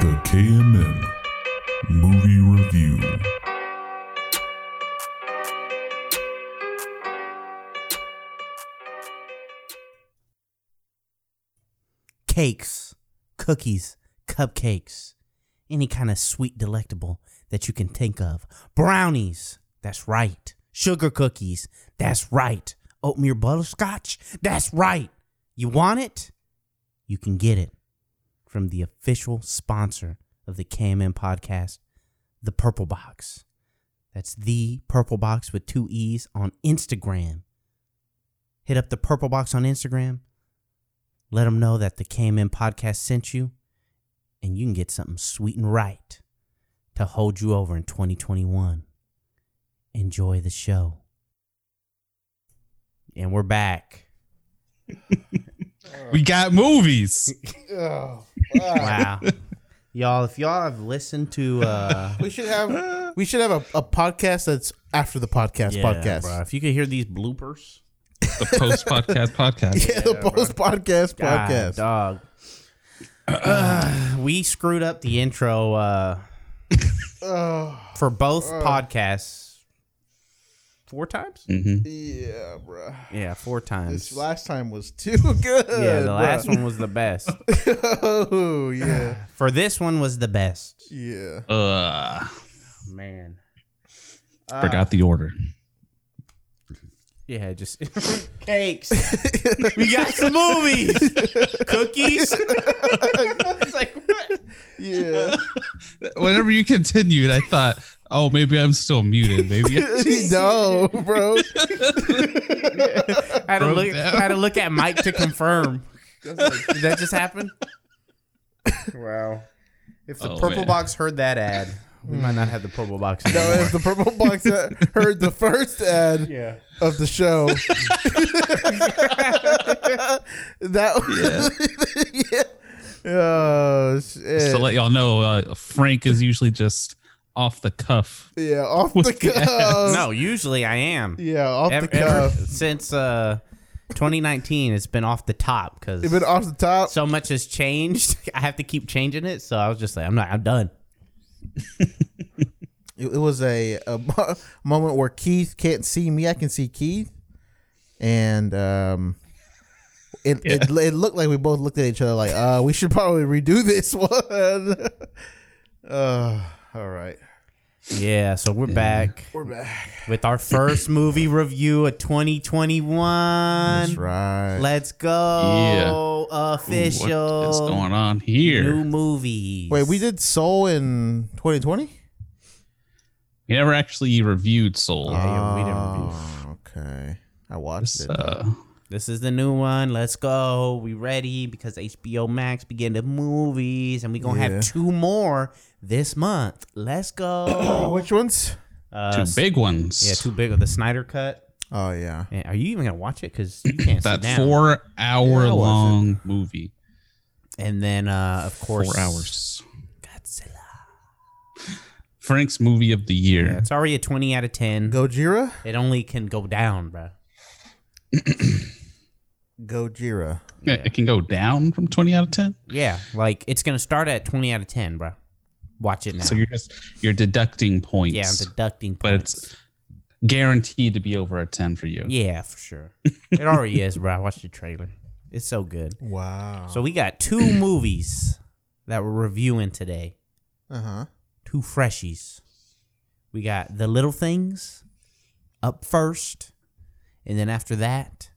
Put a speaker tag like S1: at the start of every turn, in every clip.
S1: KMN Movie Review.
S2: cakes, cookies, cupcakes, any kind of sweet delectable that you can think of. Brownies, that's right. Sugar cookies, that's right. Oatmeal butterscotch, that's right. You want it? You can get it from the official sponsor of the KMN podcast, The Purple Box. That's The Purple Box with two E's on Instagram. Hit up The Purple Box on Instagram let them know that the KMN podcast sent you, and you can get something sweet and right to hold you over in 2021. Enjoy the show. And we're back.
S3: We got movies.
S4: Oh,
S2: Wow. y'all, if y'all have listened to uh
S4: we should have we should have a, a podcast that's after the podcast
S2: yeah,
S4: podcast.
S2: bruh, if you could hear these bloopers.
S3: The post podcast podcast.
S4: Yeah, the post podcast
S2: God,
S4: podcast.
S2: dog. Uh, we screwed up the intro uh
S4: Oh
S2: for both podcasts four times?
S4: yeah, bro.
S2: Yeah, four times.
S4: This last time was too good.
S2: Yeah, the last one was the best.
S4: oh yeah,
S2: For this one was the best.
S4: yeah.
S3: Uh,
S2: Man.
S3: forgot the order.
S2: Yeah, just cakes. we got some movies. Cookies. it's like what?
S4: Yeah,
S3: Whenever you continued, I thought, oh, maybe I'm still muted. Maybe
S4: no, bro.
S2: I had to
S3: Broke
S2: look
S3: down.
S2: I had to look at Mike to confirm. Did that just happen? Wow. If the
S3: Oh,
S2: purple
S3: man.
S2: box heard that ad, we might not have the purple box.
S4: No,
S2: anymore.
S4: if the purple box that heard the first ad
S2: yeah.
S4: of the show, that yeah. yeah. Oh shit.
S3: just to let y'all know, uh, Frank is usually just off the cuff.
S4: Yeah, off
S3: With
S4: the
S3: the
S4: cuff.
S2: No, usually I am.
S4: Yeah, off
S2: Ever,
S4: the
S2: ever
S4: cuff.
S2: since uh 2019 it's been off the top cuz
S4: Even off the top.
S2: so much has changed. I have to keep changing it. So I was just like, I'm not. I'm done.
S4: It, it was a, a mo- moment where Keith can't see me. I can see Keith, and um, it, it it looked like we both looked at each other like, uh, we should probably redo this one. uh, all right,
S2: Yeah. So we're back
S4: we're back.
S2: with our first movie review of 2021.
S4: That's right.
S2: Let's go. Official.
S3: What is going on
S2: New
S3: here?
S2: movies.
S4: Wait, we did Soul in 2020.
S3: You never actually reviewed Soul.
S2: Yeah, yeah, we didn't review.
S4: Oh, okay. I watched it.
S3: Uh,
S2: This is the new one. Let's go. We ready because HBO Max began the movies, and we gonna
S4: Yeah.
S2: have two more this month. Let's
S4: Oh,
S2: go.
S4: which ones?
S2: Uh,
S3: two big ones.
S2: Yeah, too big of the Snyder cut.
S4: Oh yeah.
S2: Man, are you even gonna watch it? Because you can't sit
S3: That
S2: down.
S3: four hour
S4: Yeah, I wasn't.
S3: long movie.
S2: And then, uh, of
S3: Four
S2: course,
S3: hours.
S2: Godzilla.
S3: Frank's movie of the year.
S2: Yeah, it's already a twenty out of ten.
S4: Gojira.
S2: It only can go down, bro.
S4: Gojira.
S3: Yeah, It can go down from 20 out of 10.
S2: Yeah, like it's gonna start at twenty out of ten, bro. Watch it now.
S3: So you're just you're deducting points.
S2: yeah, I'm deducting
S3: But
S2: points.
S3: it's- guaranteed to be over a 10 for you.
S2: yeah, for sure. It already is, bro. Watch the trailer. It's so good.
S4: Wow.
S2: So we got two movies that we're reviewing today.
S4: Uh huh.
S2: Two freshies. We got The Little Things up first, and then after that,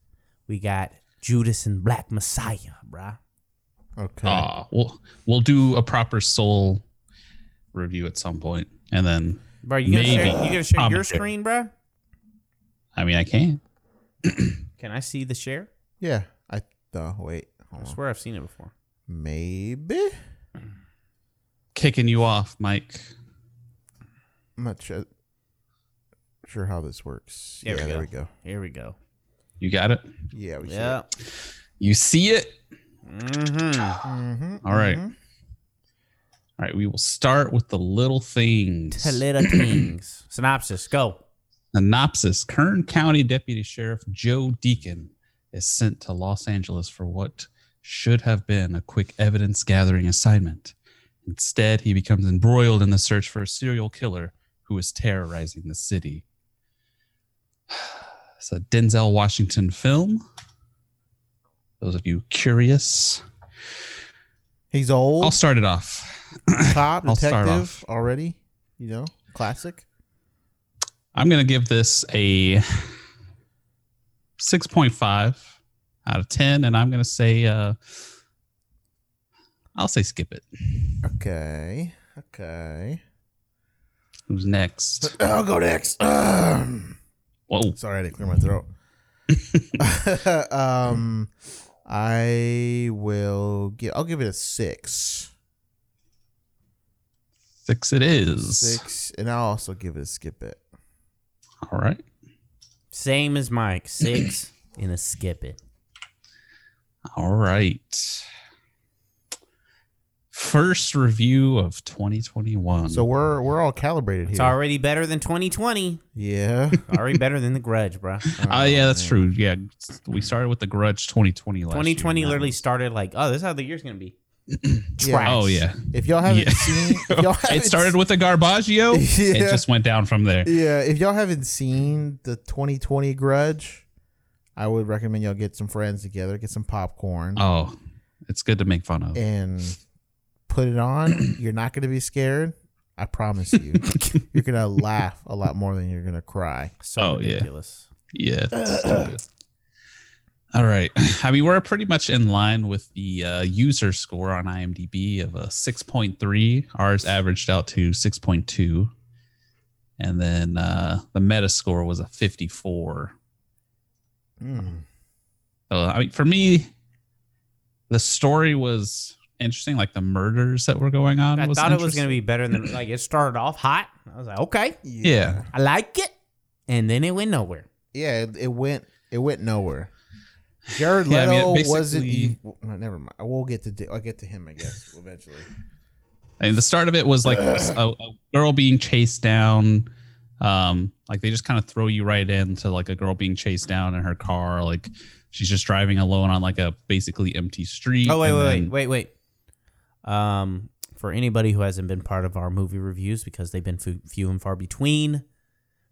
S2: we got Judas and Black Messiah, bruh.
S4: Okay.
S3: Aw, we'll we'll do a proper soul review at some point, and then
S2: Bro, you gonna share,
S3: Maybe.
S2: you gonna share your
S3: Commentary.
S2: screen, bro?
S3: I mean I can.
S2: Can I see the share?
S4: Yeah. I uh, wait. Hold
S2: I
S4: on.
S2: swear I've seen it before.
S4: Maybe.
S3: Kicking you off, Mike.
S4: I'm not sure. Sure how this works.
S2: There we
S4: yeah,
S2: go.
S4: there we go.
S2: Here we go.
S3: You got it.
S4: Yeah, we
S2: Yeah.
S3: You see it.
S2: Mm-hmm.
S4: Mm-hmm.
S3: All right. All right. We will start with the little things.
S2: Little Kings. Synopsis. Go.
S3: Synopsis Kern County Deputy Sheriff Joe Deacon is sent to Los Angeles for what should have been a quick evidence gathering assignment. Instead, he becomes embroiled in the search for a serial killer who is terrorizing the city. It's a Denzel Washington film. Those of you curious,
S4: He's old,
S3: I'll start it off.
S4: cop,
S3: I'll start off.
S4: detective already. You know, classic.
S3: I'm going to give this a 6.5 out of 10, and I'm going to say, uh, I'll say skip it.
S4: Okay, okay.
S3: Who's next?
S4: I'll go next.
S3: Whoa.
S4: Sorry, I didn't clear my throat. um, I will give. I'll give it a six.
S3: Six it is.
S4: Six, and I'll also give it a skip it.
S3: All right.
S2: Same as Mike. Six and a skip it.
S3: All right. First review of 2021.
S4: So we're we're all calibrated here.
S2: It's already better than 2020.
S4: Yeah.
S2: Already better than The Grudge, bro.
S3: Oh, yeah, that's true. Yeah, we started with the Grudge 2020 last. year.
S2: 2020
S3: Now-
S2: literally started like, oh, this is how the year's gonna be.
S4: Yeah.
S2: Trash.
S3: Oh yeah,
S4: If y'all haven't
S3: Yeah.
S4: seen, if y'all haven't
S3: it started with the Garbaggio. It
S4: Yeah.
S3: just went down from there.
S4: Yeah, if y'all haven't seen the 2020 Grudge, I would recommend y'all get some friends together, get some popcorn,
S3: Oh, it's good to make fun of.
S4: and put it on. You're not going to be scared. I promise you. you're going to laugh a lot more than you're going to cry.
S2: So
S3: Oh, yeah.
S2: ridiculous.
S3: Yeah. it's so good. All right. I mean, we're pretty much in line with the uh, user score on IMDb of uh, a 6.3. Ours averaged out to 6.2. And then uh, the meta score was a 54.
S4: Mm.
S3: So, I mean, for me, the story was interesting. Like the murders that were going on.
S2: I thought it was
S3: interesting.
S2: gonna be better than like it started off hot. I was like, okay,
S3: Yeah.
S2: I like it, and then it went nowhere.
S4: Yeah, it, it went it went nowhere. Jared
S3: Yeah, I
S4: Leto
S3: mean, it
S4: wasn't.
S3: basically-
S4: e- well, Never mind. We'll get to di- I'll get to him, I guess, eventually.
S3: And the start of it was like a, a girl being chased down. Um, like they just kind of throw you right into like a girl being chased down in her car. Like she's just driving alone on like a basically empty street.
S2: Oh wait,
S3: and
S2: wait,
S3: then-
S2: wait, wait, wait. Um, for anybody who hasn't been part of our movie reviews because they've been few, few and far between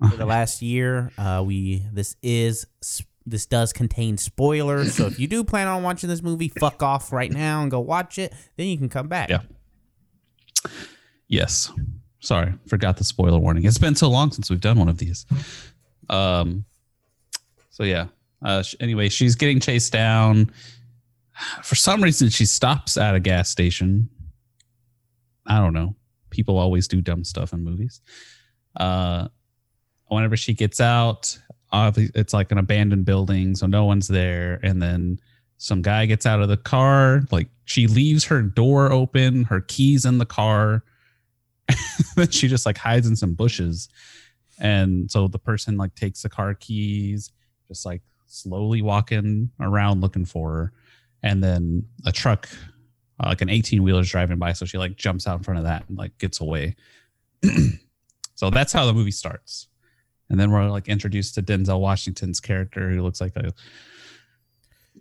S2: for the last year, uh, we this is s- this does contain spoilers. so if you do plan on watching this movie, fuck off right now and go watch it. Then you can come back.
S3: Yeah. Yes. Sorry, forgot the spoiler warning. It's been so long since we've done one of these. Um. So yeah. Uh. sh- Anyway, she's getting chased down. For some reason, she stops at a gas station. I don't know. People always do dumb stuff in movies. Uh. Whenever she gets out, obvi- it's like an abandoned building, so no one's there. And then some guy gets out of the car like she leaves her door open her keys in the car then she just like hides in some bushes and so the person like takes the car keys just like slowly walking around looking for her and then a truck uh, like an 18 wheeler's driving by so she like jumps out in front of that and like gets away so that's how the movie starts and then we're like introduced to denzel washington's character who looks like a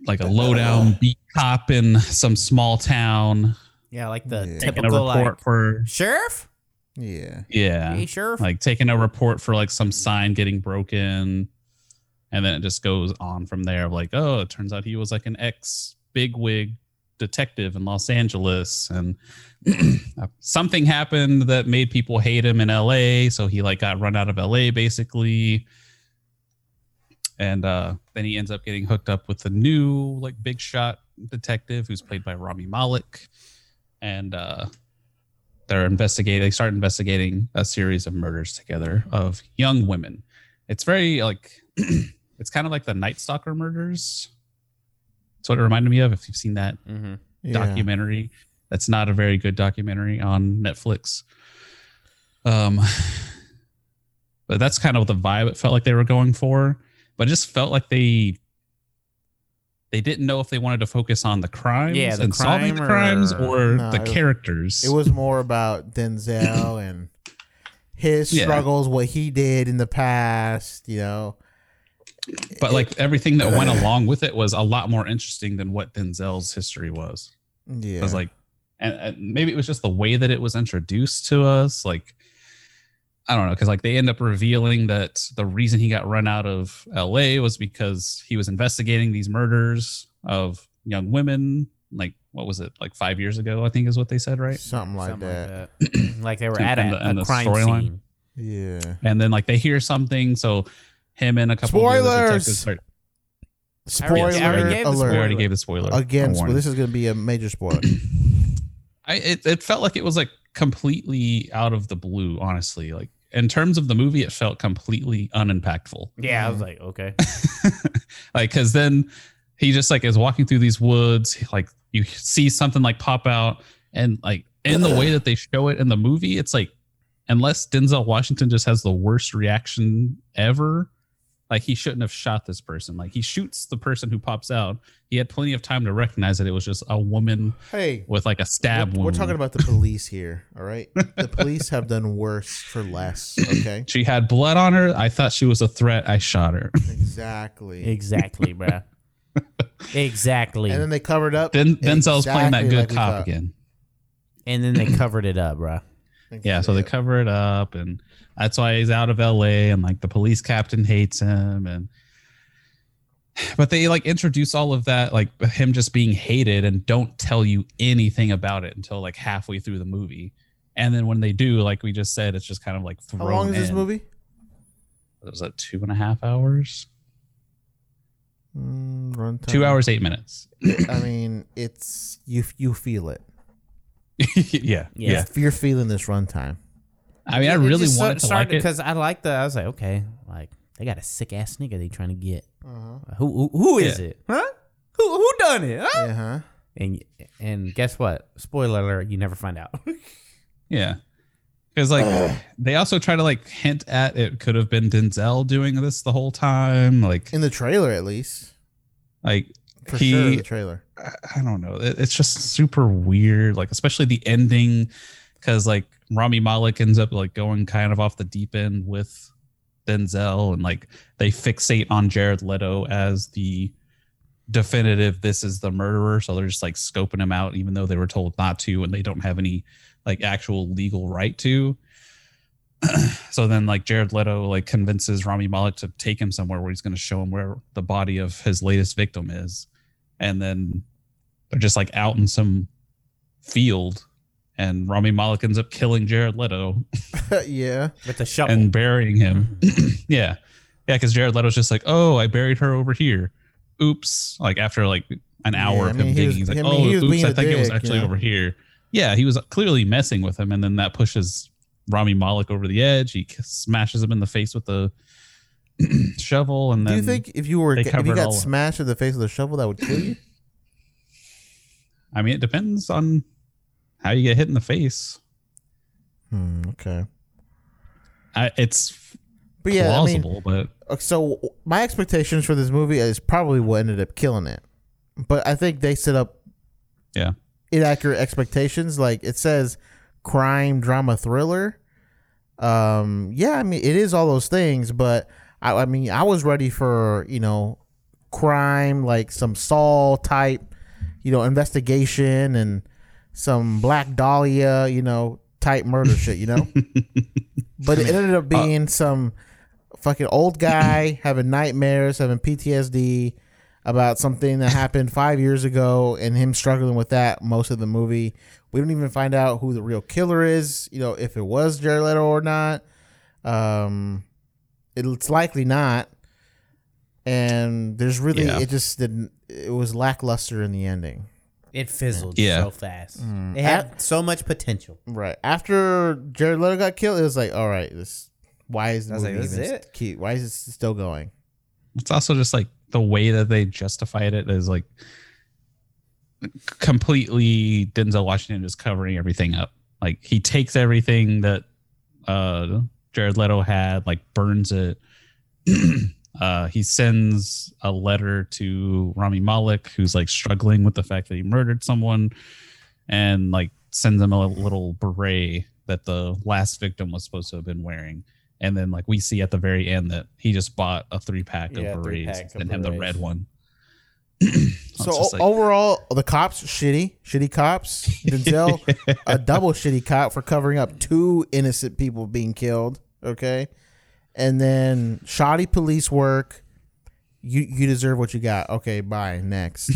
S3: like a
S2: Uh,
S3: low down beat cop in some small town
S2: yeah, like the
S3: taking a
S4: Yeah.
S2: typical
S3: report
S2: like
S3: for
S2: sheriff.
S4: Yeah.
S3: yeah
S2: Hey, sheriff.
S3: like taking a report for like some sign getting broken and then it just goes on from there of like oh it turns out he was like an ex bigwig detective in los angeles and uh, something happened that made people hate him in la so he like got run out of la basically and uh, then he ends up getting hooked up with the new like big shot detective who's played by rami malik and uh, they're investigating they start investigating a series of murders together of young women it's very like it's kind of like the night stalker murders that's what it reminded me of if you've seen that
S2: mm-hmm.
S4: yeah.
S3: documentary that's not a very good documentary on netflix um but that's kind of the vibe it felt like they were going for but it just felt like they they didn't know if they wanted to focus on the crimes
S2: Yeah, the
S3: and solving the
S2: crime
S3: crimes
S2: or-
S3: or
S4: No,
S3: the
S4: it-
S3: characters
S4: It was more about Denzel and his
S3: Yeah.
S4: struggles, what he did in the past, you know.
S3: but like everything that went along with it was a lot more interesting than what Denzel's history was.
S4: Yeah.
S3: It was like and, and maybe it was just the way that it was introduced to us like i don't know because like they end up revealing that the reason he got run out of la was because he was investigating these murders of young women like what was it like five years ago i think is what they said right
S4: Something like
S2: Something
S4: that.
S2: like that. like they were at
S3: And
S2: a,
S3: the- and
S2: a
S3: the
S2: crime
S3: storyline.
S2: scene.
S4: Yeah.
S3: and then like they hear something so him and a couple of the other
S4: Spoilers!
S3: detectives start-
S2: already-
S4: Spoiler
S2: I already gave the
S3: we
S4: alert.
S3: already gave the spoiler
S4: Again,
S3: warning.
S4: well, this is going to be a major spoiler.
S3: I it, it felt like it was like completely out of the blue, honestly. Like in terms of the movie, it felt completely unimpactful.
S2: Yeah, I was
S4: Mm-hmm.
S2: like, okay.
S3: like because then he just like is walking through these woods, like you see something like pop out, and like in the way that they show it in the movie, it's like unless Denzel Washington just has the worst reaction ever. Like he shouldn't have shot this person. Like he shoots the person who pops out. He had plenty of time to recognize that it was just a woman
S4: hey,
S3: with like a stab
S4: we're,
S3: wound.
S4: we're talking about the police here, all right? The police have done worse for less, okay?
S3: She had blood on her. I thought she was a threat. I shot her.
S4: Exactly.
S2: Exactly, bruh. exactly.
S4: And then they covered up.
S3: Then Denzel's playing that
S4: exactly
S3: good
S4: like we
S3: cop
S4: thought.
S3: again.
S2: and then they covered it up, bruh.
S3: Yeah, so they cover it up, and that's why he's out of L.A. and like the police captain hates him, and but they like introduce all of that like him just being hated and don't tell you anything about it until like halfway through the movie, and then when they do, like we just said, it's just kind of like thrown.
S4: How long is this
S3: in.
S4: movie?
S3: Was that two and a half hours?
S4: Mm, runtime.
S3: Two hours eight minutes.
S4: I mean, it's you. You feel it.
S3: yeah, yeah.
S4: You're feeling this runtime.
S3: I mean, I really wanted to like it.
S2: because I liked the. I was like, okay, like they got a sick ass nigga they trying to get. Who who, who is
S3: Yeah.
S2: it? Huh? Who who done it? Huh?
S4: Uh huh.
S2: And and guess what? Spoiler alert! You never find out.
S3: Yeah. Because like they also try to like hint at it could have been Denzel doing this the whole time. Like
S4: In the trailer, at least.
S3: like
S4: For
S3: He-
S4: sure, the trailer.
S3: I I don't know. It- It's just super weird. Like especially the ending, because like Rami Malek ends up like going kind of off the deep end with Denzel, and like they fixate on Jared Leto as the definitive this is the murderer. So they're just like scoping him out, even though they were told not to, and they don't have any like actual legal right to. so then like Jared Leto like convinces Rami Malek to take him somewhere where he's going to show him where the body of his latest victim is and then they're just like out in some field and Rami Malek ends up killing Jared Leto
S4: yeah.
S2: With the shovel.
S3: and burying him. yeah. Yeah, because Jared Leto's just like, oh, I buried her over here. Oops. Like after like an hour
S4: Yeah, I
S3: of
S4: mean,
S3: him
S4: he
S3: digging,
S4: was-
S3: he's like,
S4: I mean,
S3: oh,
S4: he was
S3: oops,
S4: being
S3: I
S4: a
S3: think it was
S4: dick,
S3: actually
S4: yeah.
S3: over here. Yeah, he was clearly messing with him, and then that pushes Rami Malek over the edge. He smashes him in the face with the shovel, and
S4: Do
S3: then
S4: you think if you were
S3: they
S4: if
S3: cover
S4: you
S3: it
S4: got
S3: all up.
S4: smashed in the face with a shovel, that would kill you?
S3: I mean, it depends on how you get hit in the face.
S4: Hmm, okay.
S3: I, it's
S4: But yeah,
S3: plausible, but
S4: I mean, so my expectations for this movie is probably what ended up killing it. But I think they set up
S3: yeah,
S4: inaccurate expectations. Like it says, crime, drama, thriller. Um, yeah, I mean it is all those things, but I, I mean I was ready for you know crime like some Saul type, you know investigation and some Black Dahlia, you know type murder shit, you know. but it ended up being some fucking old guy having nightmares, having PTSD about something that happened five years ago and him struggling with that most of the movie. We don't even find out who the real killer is, you know, if it was Jared Leto or not. Um, it's likely not. And there's really,
S3: Yeah.
S4: it just didn't, it was lackluster in the ending.
S2: it fizzled
S3: Yeah.
S2: so fast.
S4: Mm.
S2: It had so much potential.
S4: Right. After Jared Leto got killed, it was like, all right, this, why is
S2: I
S4: this
S2: was like,
S4: movie
S2: this is
S4: even
S2: it?
S4: keep, why is it still going?
S3: it's also just like the way that they justified it is like completely Denzel Washington just covering everything up. Like he takes everything that uh Jared Leto had, like burns it. uh he sends a letter to Rami Malek who's like struggling with the fact that he murdered someone and like sends him a little beret that the last victim was supposed to have been wearing. And then like we see at the very end that he just bought a three pack
S2: Yeah,
S3: of berets
S2: three-pack of
S3: and had the red
S2: berets.
S3: one.
S4: So
S3: just like-
S4: overall, the cops shitty, shitty cops. Denzel, a double shitty cop for covering up two innocent people being killed. Okay, and then shoddy police work. You you deserve what you got. Okay, bye. Next.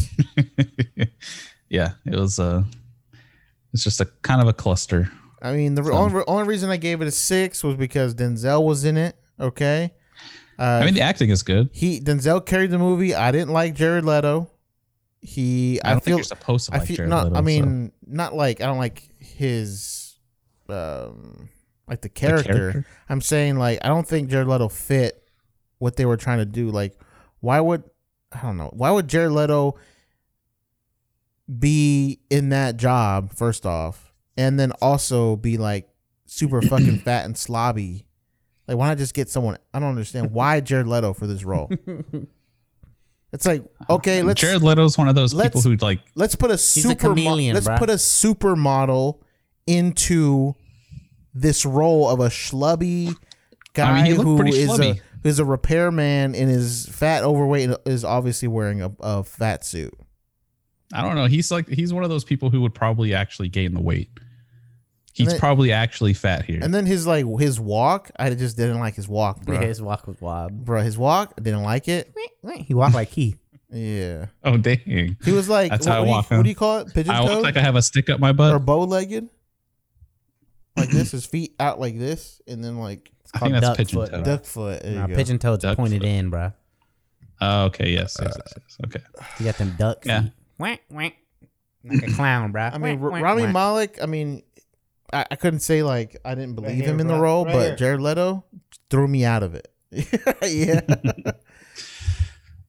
S3: yeah, it was uh it's just a kind of a cluster.
S4: I mean, the only, only reason I gave it a six was because Denzel was in it. Okay,
S3: I mean, the acting is good.
S4: he Denzel carried the movie. I didn't like Jared Leto. He
S3: I,
S4: I,
S3: don't
S4: feel
S3: think you're supposed to
S4: I
S3: like
S4: feel
S3: Jared
S4: not.
S3: Leto,
S4: I
S3: so-
S4: mean, not like I don't like his, um, like the character.
S3: character?
S4: I'm saying like I don't think Jared Leto fit what they were trying to do. Like, why would I don't know? Why would Jared Leto be in that job first off, and then also be like super fucking fat and slobby? Like, why not just get someone? I don't understand why Jared Leto for this role. It's like okay, let's
S3: Jared Leto's one of those people
S4: let's-
S3: who like
S4: Let's put a
S2: a
S4: super
S2: chameleon,
S4: let's
S2: bruh.
S4: put a supermodel into this role of a schlubby guy
S3: mean, he looked
S4: who
S3: pretty
S4: is a
S3: schlubby.
S4: who is a repairman and is fat, overweight, and is obviously wearing a, a fat suit.
S3: I don't know. He's like he's one of those people who would probably actually gain the weight. He's
S4: then-
S3: probably actually fat here.
S4: And then his like his walk, I just didn't like his walk, bro.
S2: His walk was wild.
S4: Bro, his walk, I didn't like it.
S2: He walked like he.
S4: Yeah,
S3: oh dang!
S4: he was like,
S3: That's
S4: what,
S3: how I
S4: what do you-
S3: walk,
S4: what
S3: huh?
S4: do you call it? Pigeon
S3: I
S4: toed
S3: look like I have a stick up my
S4: or
S3: butt.
S4: bow legged? Like this, his feet out like this, and then like
S3: I think
S2: duck
S3: that's pigeon
S2: foot,
S3: toe.
S4: duck foot. There you
S2: Nah,
S4: go.
S2: pigeon toes
S3: Duck
S2: pointed
S3: foot.
S2: in, bruh.
S3: Oh, okay. Yes. yes, yes, yes. Okay.
S2: You got them duck
S3: Yeah.
S2: feet. Whack, whack. Like a clown, bruh.
S4: I mean,
S2: Whack,
S4: R-
S2: whack,
S4: Rami
S2: whack.
S4: Malek. I mean, I, I couldn't say like I didn't believe
S2: here,
S4: him in the
S2: bro.
S4: role,
S2: Right
S4: but
S2: here.
S4: Jared Leto threw me out of it. yeah,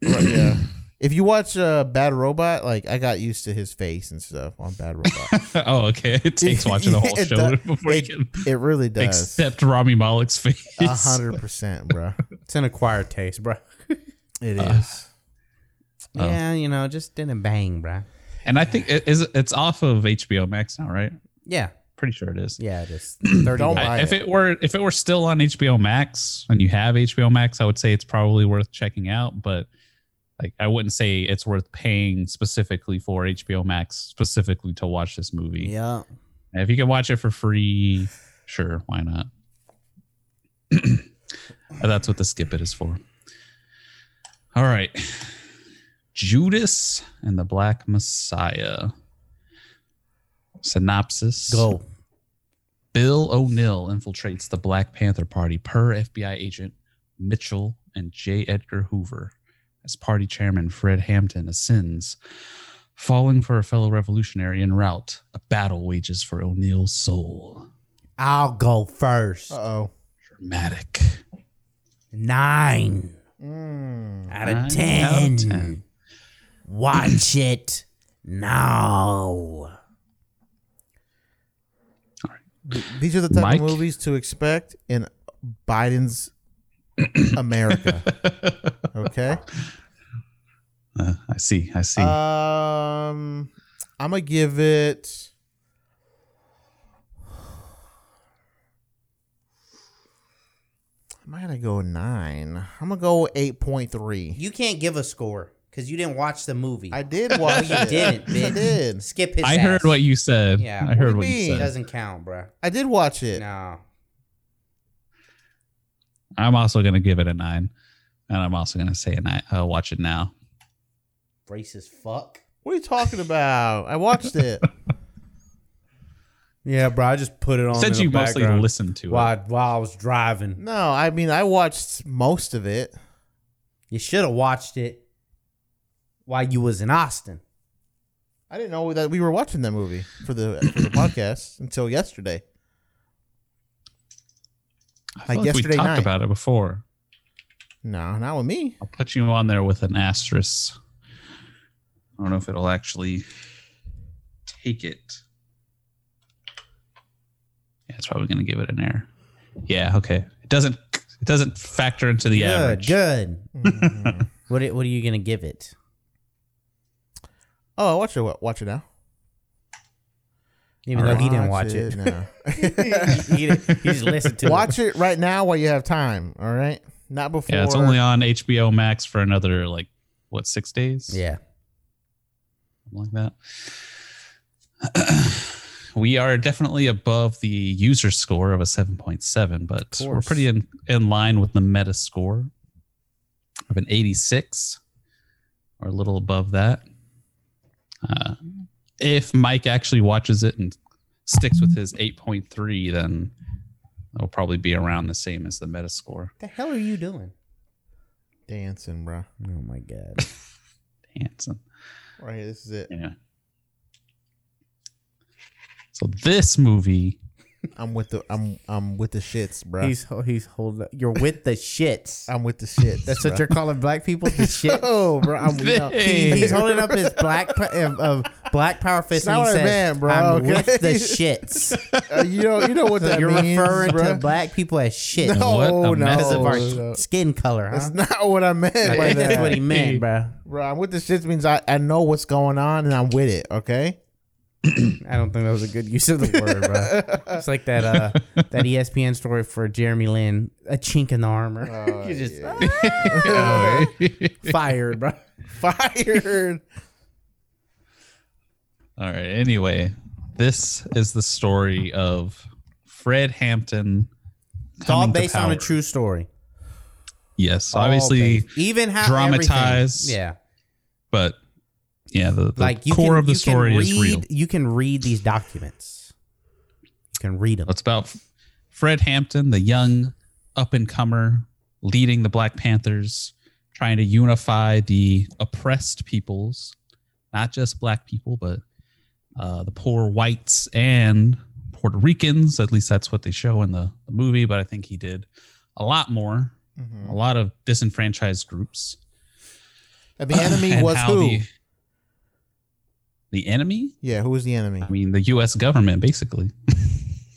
S4: Right, yeah. If you watch uh, Bad Robot, like I got used to his face and stuff on Bad Robot.
S3: oh, okay. It takes watching the whole
S4: It
S3: show
S4: does-
S3: before
S4: it-
S3: you can
S4: it really does.
S3: accept Rami Malek's face.
S4: A hundred percent, bro.
S2: It's an acquired taste, bruh.
S4: It is.
S3: Uh, Oh.
S2: Yeah, you know, just didn't bang, bruh.
S3: And I think it is it's off of HBO Max now, right?
S2: Yeah,
S3: Pretty sure it is.
S2: yeah, just 30
S4: Don't
S2: days.
S4: buy
S3: I, if
S4: it.
S3: it were if it were still on HBO Max and you have HBO Max, I would say it's probably worth checking out, but like I wouldn't say it's worth paying specifically for HBO Max specifically to watch this movie.
S2: Yeah.
S3: If you can watch it for free, sure, why not? And That's what the skip it is for. All right. Judas and the Black Messiah. Synopsis.
S2: Go.
S3: Bill O'Neill infiltrates the Black Panther Party per FBI agent Mitchell and J. Edgar Hoover as party chairman Fred Hampton ascends, falling for a fellow revolutionary en route. A battle wages for O'Neill's soul.
S2: I'll go first.
S4: Uh oh.
S3: Dramatic.
S2: Nine
S4: Mm.
S2: out of
S3: Nine out of
S2: ten.
S3: 10.
S2: Watch it now.
S4: Th- These are the type
S3: Mike?
S4: of movies to expect in Biden's America. Okay.
S3: Uh, I see. I see.
S4: Uh, Um, I'm gonna give it. I'm gonna go nine. I'm gonna go eight point three.
S2: You can't give a score because you didn't watch the movie.
S4: I did watch
S2: you
S4: it.
S2: didn't,
S4: I
S2: bitch.
S4: did.
S2: Skip his
S3: I heard
S2: ass.
S3: what you said.
S2: Yeah.
S3: Yeah. I heard
S4: What
S3: what
S4: do you
S3: you
S4: mean?
S3: said.
S2: doesn't count, bruh.
S4: I did watch it.
S2: No.
S3: I'm also going to give it a nine. And I'm also going to say a nine. I'll watch it now.
S2: Racist fuck.
S4: What are you talking about? I watched it.
S2: Yeah, bro. I just put it on.
S3: Since you mostly listened to it.
S2: while I was driving.
S4: No, I mean I watched most of it.
S2: You should have watched it while you was in Austin.
S4: I didn't know that we were watching that movie for the for the podcast until yesterday.
S3: I
S4: Like
S3: feel like we
S4: yesterday
S3: talked
S4: night.
S3: about it before.
S4: No, not with me.
S3: I'll put you on there with an asterisk. I don't know if it'll actually take it. Yeah, it's probably going to give it an error. Yeah, okay. It doesn't. It doesn't factor into the
S2: good,
S3: average.
S2: good. What are, what are you gonna give it?
S4: Oh, watch it. Watch it now.
S2: Even though he didn't watch it,
S4: now.
S2: he, he didn't- he just listened to
S4: Watch it right now while you have time. All right, not before.
S3: Yeah, it's only on HBO Max for another like what six days?
S2: it. Yeah,
S3: something like that. we are definitely above the user score of a 7.7, but we're
S4: course.
S3: pretty in, in line with the meta score of an 86 or a little above that. Uh, if Mike actually watches it and sticks with his 8.3, then it'll probably be around the same as the meta score.
S2: the hell are you doing?
S4: Dancing, bro.
S2: Oh my god.
S3: Handsome.
S4: Right here, this is it.
S3: Yeah. So this movie,
S4: I'm with the I'm I'm with the shits, bro.
S2: he's he's holding. You're with the shits.
S4: I'm with the shit.
S2: That's what you're calling black people. The shit.
S4: Oh, bro. I'm with no.
S2: He-
S3: Hey.
S2: he's holding up his black pa- uh, uh, black power fist
S4: It's
S2: and
S4: not
S2: he
S4: what I
S2: says,
S4: meant, bro,
S2: "I'm
S4: okay?"
S2: with the shits."
S4: Uh, you know you know what that
S2: You're
S4: means,
S2: referring to
S4: bruh.
S2: black people as shit
S3: What
S4: No,
S3: a
S4: no,
S3: mess.
S2: because of our
S4: no.
S2: skin color, huh?
S4: That's not what I meant.
S2: Like,
S4: by
S2: that's
S4: that.
S2: what he meant, bro.
S4: Bro, I'm with the shits means I, I know what's going on and I'm with it, okay?
S2: I don't think that was a good use of the word, bro. It's like that uh, that ESPN story for Jeremy Lin, a chink in the armor.
S4: Oh,
S2: You're just
S3: oh, eh?
S2: fired, bro.
S4: Fired.
S3: all right. Anyway, this is the story of Fred Hampton.
S2: It's all
S3: coming to
S2: based on a
S3: power.
S2: true story.
S3: Yes,
S4: All
S3: obviously,
S4: based-
S2: Even how
S3: Dramatized.
S2: everything- Yeah,
S3: but yeah, the, the
S2: like you
S3: core
S2: can,
S3: of the
S2: you can
S3: story
S2: read,
S3: is real.
S2: You can read these documents. You can read them.
S3: It's about Fred Hampton, the young up and comer leading the Black Panthers, trying to unify the oppressed peoples, not just black people, but uh, the poor whites and Puerto Ricans. At least that's what they show in the, the movie, but I think he did a lot more, a lot of disenfranchised groups.
S4: And the enemy
S3: And
S4: was
S3: how
S4: who?
S3: The, the enemy?
S4: yeah, who was the enemy?
S3: I mean, the U.S. government, basically.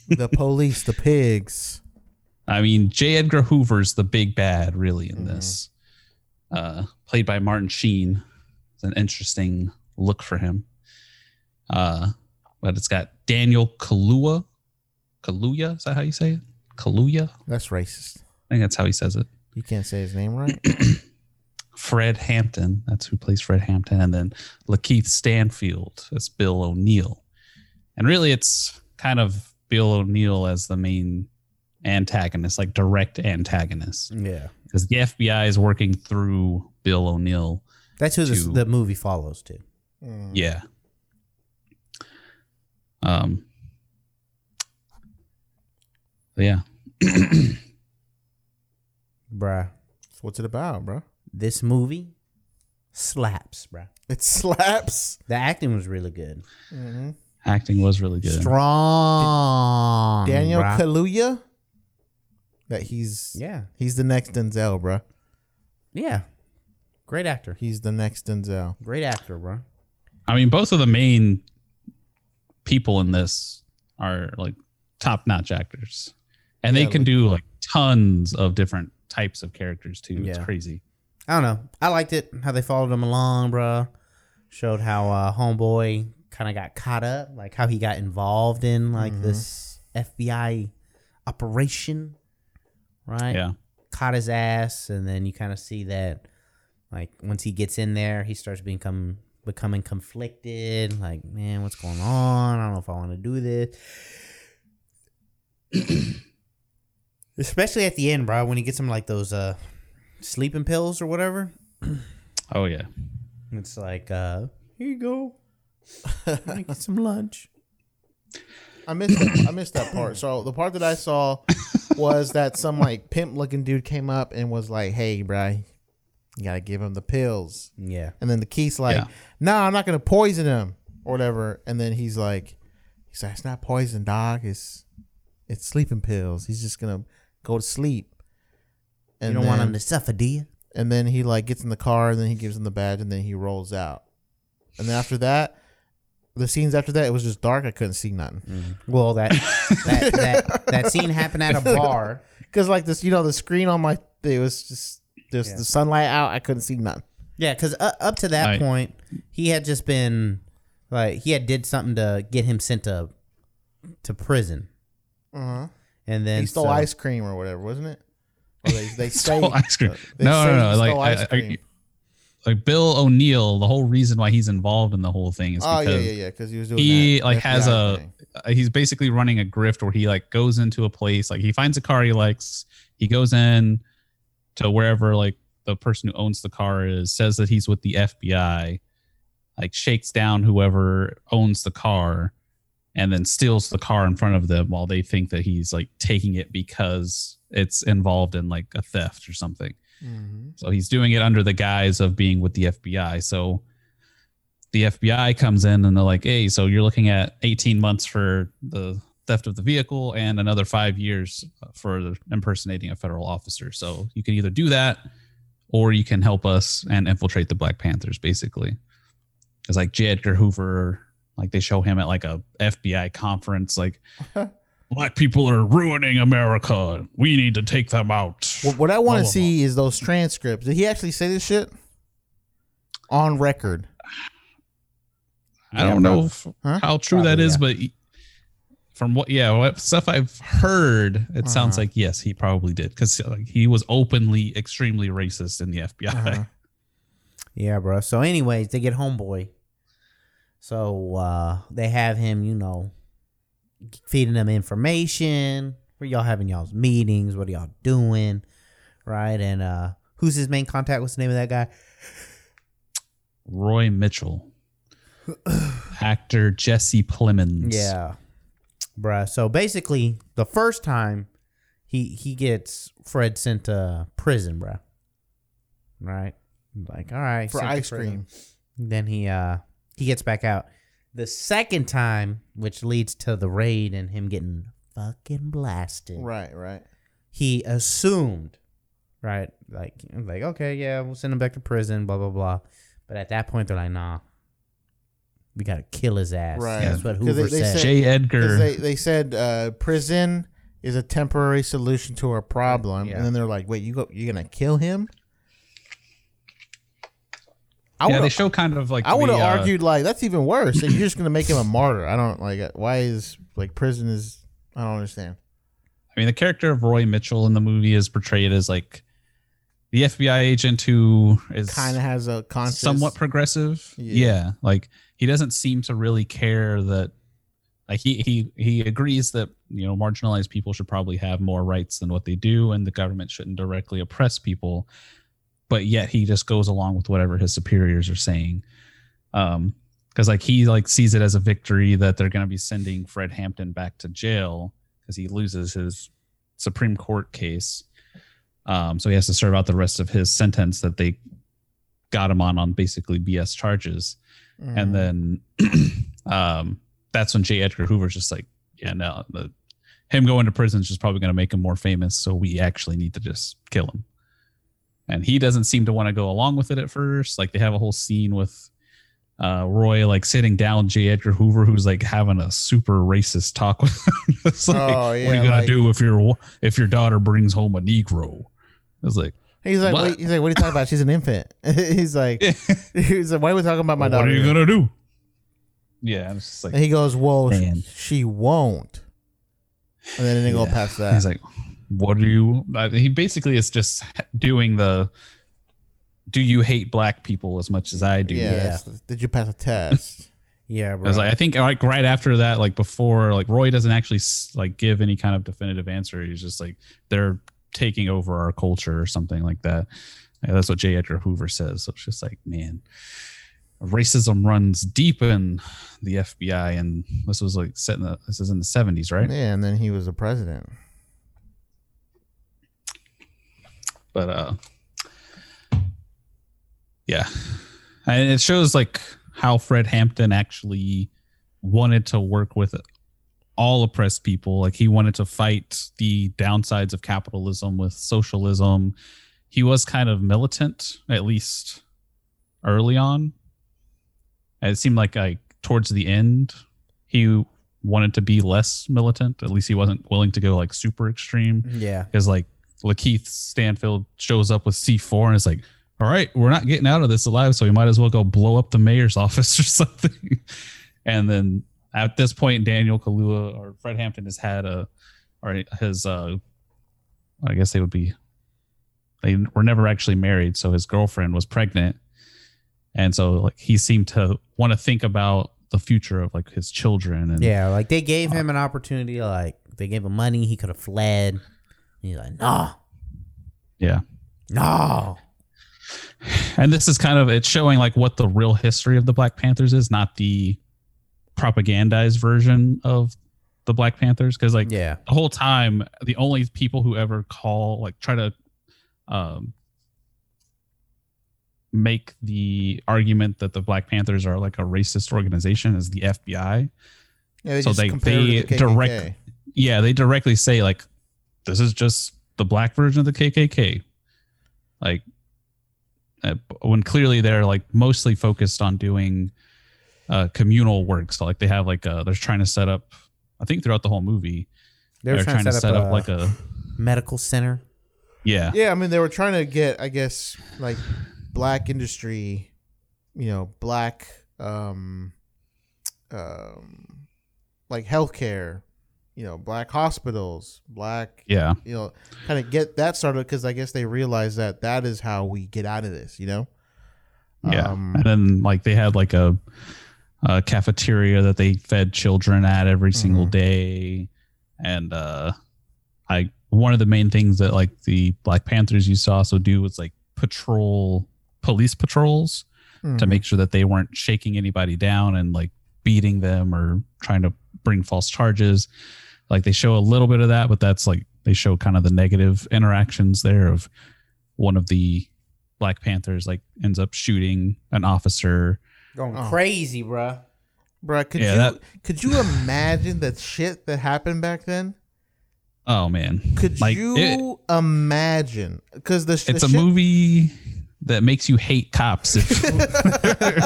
S4: the police, the pigs.
S3: I mean, J. Edgar Hoover's the big bad, really, in this. Uh, played by Martin Sheen. It's an interesting look for him. Uh, but it's got Daniel Kaluuya. Kaluuya, is that how you say it? Kaluuya? I
S4: That's racist.
S3: think that's how he says it.
S4: You can't say his name right.
S3: Fred Hampton, that's who plays Fred Hampton. And then Lakeith Stanfield as Bill O'Neill. And really, it's kind of Bill O'Neill as the main antagonist, like direct antagonist.
S2: Yeah,
S3: because the FBI is working through Bill O'Neill.
S2: that's who this,
S3: To-
S2: the movie follows to.
S4: Mm.
S3: Yeah. Um. Yeah.
S2: Bruh.
S4: So what's it about, bro?
S2: This movie slaps, bruh.
S4: It slaps.
S2: The acting was really good.
S4: Mhm.
S3: Acting was really good.
S2: Strong.
S4: Daniel
S2: bruh.
S4: Kaluuya. That he's
S2: yeah.
S4: he's the next Denzel, bro.
S2: Yeah. Great actor.
S4: He's the next Denzel.
S2: Great actor, bruh.
S3: I mean, both of the main people in this are like top notch actors, and
S4: Yeah,
S3: they can
S4: like-
S3: do like tons of different types of characters too. It's
S2: Yeah.
S3: crazy.
S2: I don't know. I liked it how they followed him along, bruh. Showed how uh, homeboy kind of got caught up, like how he got involved in like this FBI operation, right?
S3: Yeah.
S2: caught his ass, and then you kind of see that, like once he gets in there, he starts become becoming conflicted. Like, man, what's going on? I don't know if I want to do this. Especially at the end, bro, when he gets him like those uh sleeping pills or whatever.
S3: Oh yeah.
S2: It's like, uh, here you go. Let me get some lunch.
S4: I missed that, I missed that part. So the part that I saw was that some like pimp looking dude came up and was like, "Hey, bro, you gotta give him the pills."
S2: Yeah.
S4: And then the Keith's like,
S3: Yeah.
S4: "No, I'm not gonna poison him or whatever." And then he's like, "He's like, it's not poison, dog. It's it's sleeping pills. He's just gonna go to sleep." And
S2: you don't want
S4: then-
S2: him to suffer, do you?
S4: and then he like gets in the car and then he gives him the badge and then he rolls out and then after that the scenes after that it was just dark i couldn't see nothing
S2: Well, that that, that that scene happened at a bar.
S4: because like this you know the screen on my it was just there's
S2: Yeah.
S4: the sunlight out i couldn't see nothing
S2: Yeah, because up to that
S3: Right.
S2: point, he had just been like he had did something to get him sent to to prison, Mm-hmm.
S4: uh-huh.
S2: and then
S4: he stole
S2: so-
S4: ice cream or whatever wasn't it or they, they say
S3: Stole ice cream.
S4: they
S3: No,
S4: say
S3: no, no.
S4: he
S3: Like
S4: stole
S3: I-
S4: ice
S3: I-
S4: cream.
S3: like Bill O'Neill, the whole reason why he's involved in the whole thing is
S4: Oh yeah,
S3: because
S4: yeah, yeah. Because he was doing.
S3: he
S4: that
S3: like
S4: FBI
S3: has a
S4: thing.
S3: uh, he's basically running a grift where he like goes into a place like he finds a car he likes he goes in to wherever like the person who owns the car is says that he's with the fbi like shakes down whoever owns the car and then steals the car in front of them while they think that he's like taking it because it's involved in like a theft or something
S4: Mhm.
S3: so he's doing it under the guise of being with the FBI. So the FBI comes in and they're like, hey, so you're looking at 18 months for the theft of the vehicle and another five years for impersonating a federal officer. So you can either do that or you can help us and infiltrate the Black Panthers, basically. Because like J. Edgar Hoover, like they show him at like a FBI conference, like black people are ruining America. We need to take them out.
S4: What, what I want
S3: Blah,
S4: to
S3: blah,
S4: see is those transcripts. Did he actually say this shit on record?
S3: I don't know if,
S4: Huh?
S3: how true that is, but y- from what, yeah, what stuff I've heard, it sounds
S4: Uh-huh.
S3: like yes, he probably did because like, he was openly extremely racist in the FBI.
S4: Uh-huh.
S2: Yeah, bro. So, anyways, they get homeboy. So uh, they have him, you know, feeding them information. Where y'all having y'all's meetings? What are y'all doing? Right? And uh, who's his main contact? What's the name of that guy?
S3: Roy Mitchell, actor Jesse Plemons.
S2: Yeah, bruh. So basically, the first time he he gets Fred sent to prison, bruh. Right? Like, all right,
S4: For
S2: sent to
S4: ice
S2: prison.
S4: cream.
S2: Then he uh he gets back out. The second time, which leads to the raid and him getting fucking blasted.
S4: Right, right.
S2: He assumed, right? Like like okay, yeah, we'll send him back to prison, blah blah blah. But at that point, they're like, nah, we gotta kill his ass.
S4: Right.
S2: That's what
S4: 'Cause they-
S2: Hoover
S4: they
S2: said.
S4: said-
S3: J.
S4: 'Cause
S3: Edgar.
S4: They, they said uh, prison is a temporary solution to our problem,
S2: Yeah.
S4: and then they're like, "Wait, you go, you're gonna kill him?" I
S3: yeah, they
S4: would
S3: show kind of like
S4: I would have
S3: the, uh,
S4: argued like that's even worse. Like, you're just gonna make him a martyr. I don't like uh, why is like prison is I don't understand.
S3: I mean, the character of Roy Mitchell in the movie is portrayed as like the FBI agent who is
S4: Kind of has a conscious
S3: somewhat progressive.
S4: Yeah.
S3: Yeah. like he doesn't seem to really care that like he he he agrees that you know marginalized people should probably have more rights than what they do and the government shouldn't directly oppress people. But yet he just goes along with whatever his superiors are saying. Um because like he like sees it as a victory that they're going to be sending Fred Hampton back to jail because he loses his Supreme Court case. Um, so he has to serve out the rest of his sentence that they got him on on basically BS charges.
S4: Mm. Hmm.
S3: And then um, that's when J. Edgar Hoover's just like, yeah, no, the, him going to prison is just probably going to make him more famous. So we actually need to just kill him. And he doesn't seem to want to go along with it at first. Like they have a whole scene with uh, Roy like sitting down J. Edgar Hoover, who's like having a super racist talk with him. It's like,
S4: Oh, yeah,
S3: what are you gonna
S4: like-
S3: do if your if your daughter brings home a Negro? It's like,
S4: he's like,
S3: What?
S4: wait, he's like, what are you talking about? She's an infant. he's like, he's like, why are we talking about my
S3: what
S4: daughter?
S3: are you gonna do? Yeah, I'm just like,
S4: and he goes, whoa, sh-
S3: Man.
S4: she won't. And then they go
S3: Yeah.
S4: past that.
S3: He's like, "What do you?" I- He basically is just doing the. Do you hate black people as much as I do?
S4: yeah, that's- did you pass a test?
S2: yeah,
S3: I
S2: bro.
S3: was like, I think like right after that, like before, like Roy doesn't actually s- like give any kind of definitive answer. He's just like they're taking over our culture or something like that. Yeah, that's what J. Edgar Hoover says. So it's just like, man, racism runs deep in the FBI, and this was like set in the this is in the seventies, right?
S4: yeah, and then he was the president.
S3: but uh yeah and it shows like how fred hampton actually wanted to work with all oppressed people like he wanted to fight the downsides of capitalism with socialism he was kind of militant at least early on And it seemed like like towards the end he wanted to be less militant at least he wasn't willing to go like super extreme
S2: yeah.
S3: because like Lakeith Stanfield shows up with C4 and is like, all right, we're not getting out of this alive, so we might as well go blow up the mayor's office or something. and then at this point, Daniel Kalua or Fred Hampton has had a, or his, uh, I guess they would be, they were never actually married, so his girlfriend was pregnant and so like he seemed to want to think about the future of like his children and
S2: Yeah, like they gave him an opportunity. Like they gave him money, he could have fled. And he's like, no,
S3: yeah.
S2: no.
S3: and this is kind of it's showing like what the real history of the black panthers is not the propagandized version of the black panthers because like
S2: Yeah,
S3: the whole time the only people who ever call like try to um make the argument that the black panthers are like a racist organization is the fbi
S4: Yeah, they
S3: So
S4: just
S3: they-
S4: compare it to
S3: they
S4: the KKK.
S3: direct- yeah they directly say like this is just the black version of the kkk like uh, when clearly they're like mostly focused on doing uh communal work so like they have like uh they're trying to set up i think throughout the whole movie
S2: they were trying, to set, up, uh, a
S3: like a
S2: medical center.
S3: yeah
S4: Yeah, I mean they were trying to get, I guess, like black industry, you know, black um um like healthcare, you know, black hospitals, black
S3: yeah
S4: you know, kind of get that started because I guess they realize that that is how we get out of this, you know?
S3: Yeah.
S4: Um,
S3: and then like they had like a, a cafeteria that they fed children at every single
S4: Mhm.
S3: day. And uh I one of the main things that like the Black Panthers you saw so do was like patrol police patrols to
S4: mhm.
S3: make sure that they weren't shaking anybody down and like beating them or trying to bring false charges. Like they show a little bit of that, but that's like they show kind of the negative interactions there of one of the Black Panthers like ends up shooting an officer.
S2: Going
S4: Oh.
S2: crazy, bruh.
S4: Bruh, could
S3: Yeah,
S4: you
S3: that-
S4: could you imagine the shit that happened back then?
S3: Oh man.
S4: Could
S3: Like,
S4: you
S3: it-
S4: imagine? Because the, sh- the
S3: It's a
S4: shit-
S3: movie that makes you hate cops if,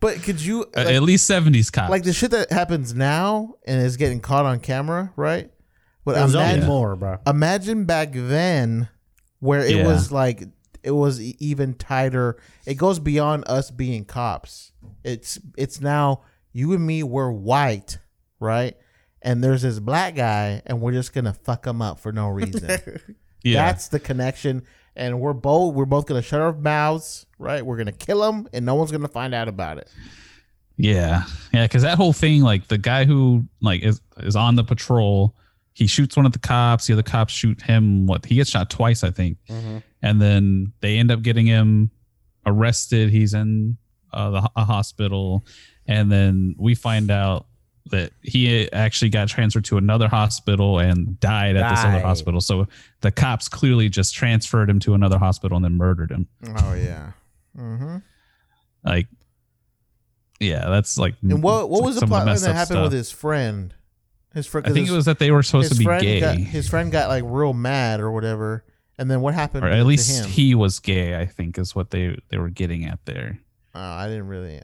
S4: but could you like,
S3: at least 70s cops.
S4: like the shit that happens now and is getting caught on camera, right? But
S2: It was
S4: imagine,
S2: only more, bro.
S4: imagine back then where it
S3: Yeah.
S4: was like it was e- even tighter. It goes beyond us being cops. It's it's now you and me we're white, right? And there's this black guy and we're just going to fuck him up for no reason.
S3: yeah.
S4: That's the connection. And we're both we're both gonna shut our mouths, right? We're gonna kill him, and no one's gonna find out about it.
S3: Yeah, yeah, because that whole thing, like the guy who like is is on the patrol, he shoots one of the cops. The other cops shoot him. What he gets shot twice, I think, and then they end up getting him arrested. He's in uh, the, ho- a hospital, and then we find out that he actually got transferred to another hospital and died at this other
S2: Died.
S3: hospital. So the cops clearly just transferred him to another hospital and then murdered him.
S4: Oh yeah. Mm-hmm.
S3: Like, yeah, that's like.
S4: And what what
S3: it's
S4: was the
S3: some of
S4: plot line
S3: messed
S4: that
S3: up
S4: happened
S3: stuff.
S4: with his friend? His friend.
S3: I think it was that they were supposed to be
S4: friend
S3: gay,
S4: Got, his friend got like real mad or whatever, and then what happened?
S3: or
S4: to
S3: at least
S4: him?
S3: he was gay. I think is what they they were getting at there,
S4: Oh, I didn't really.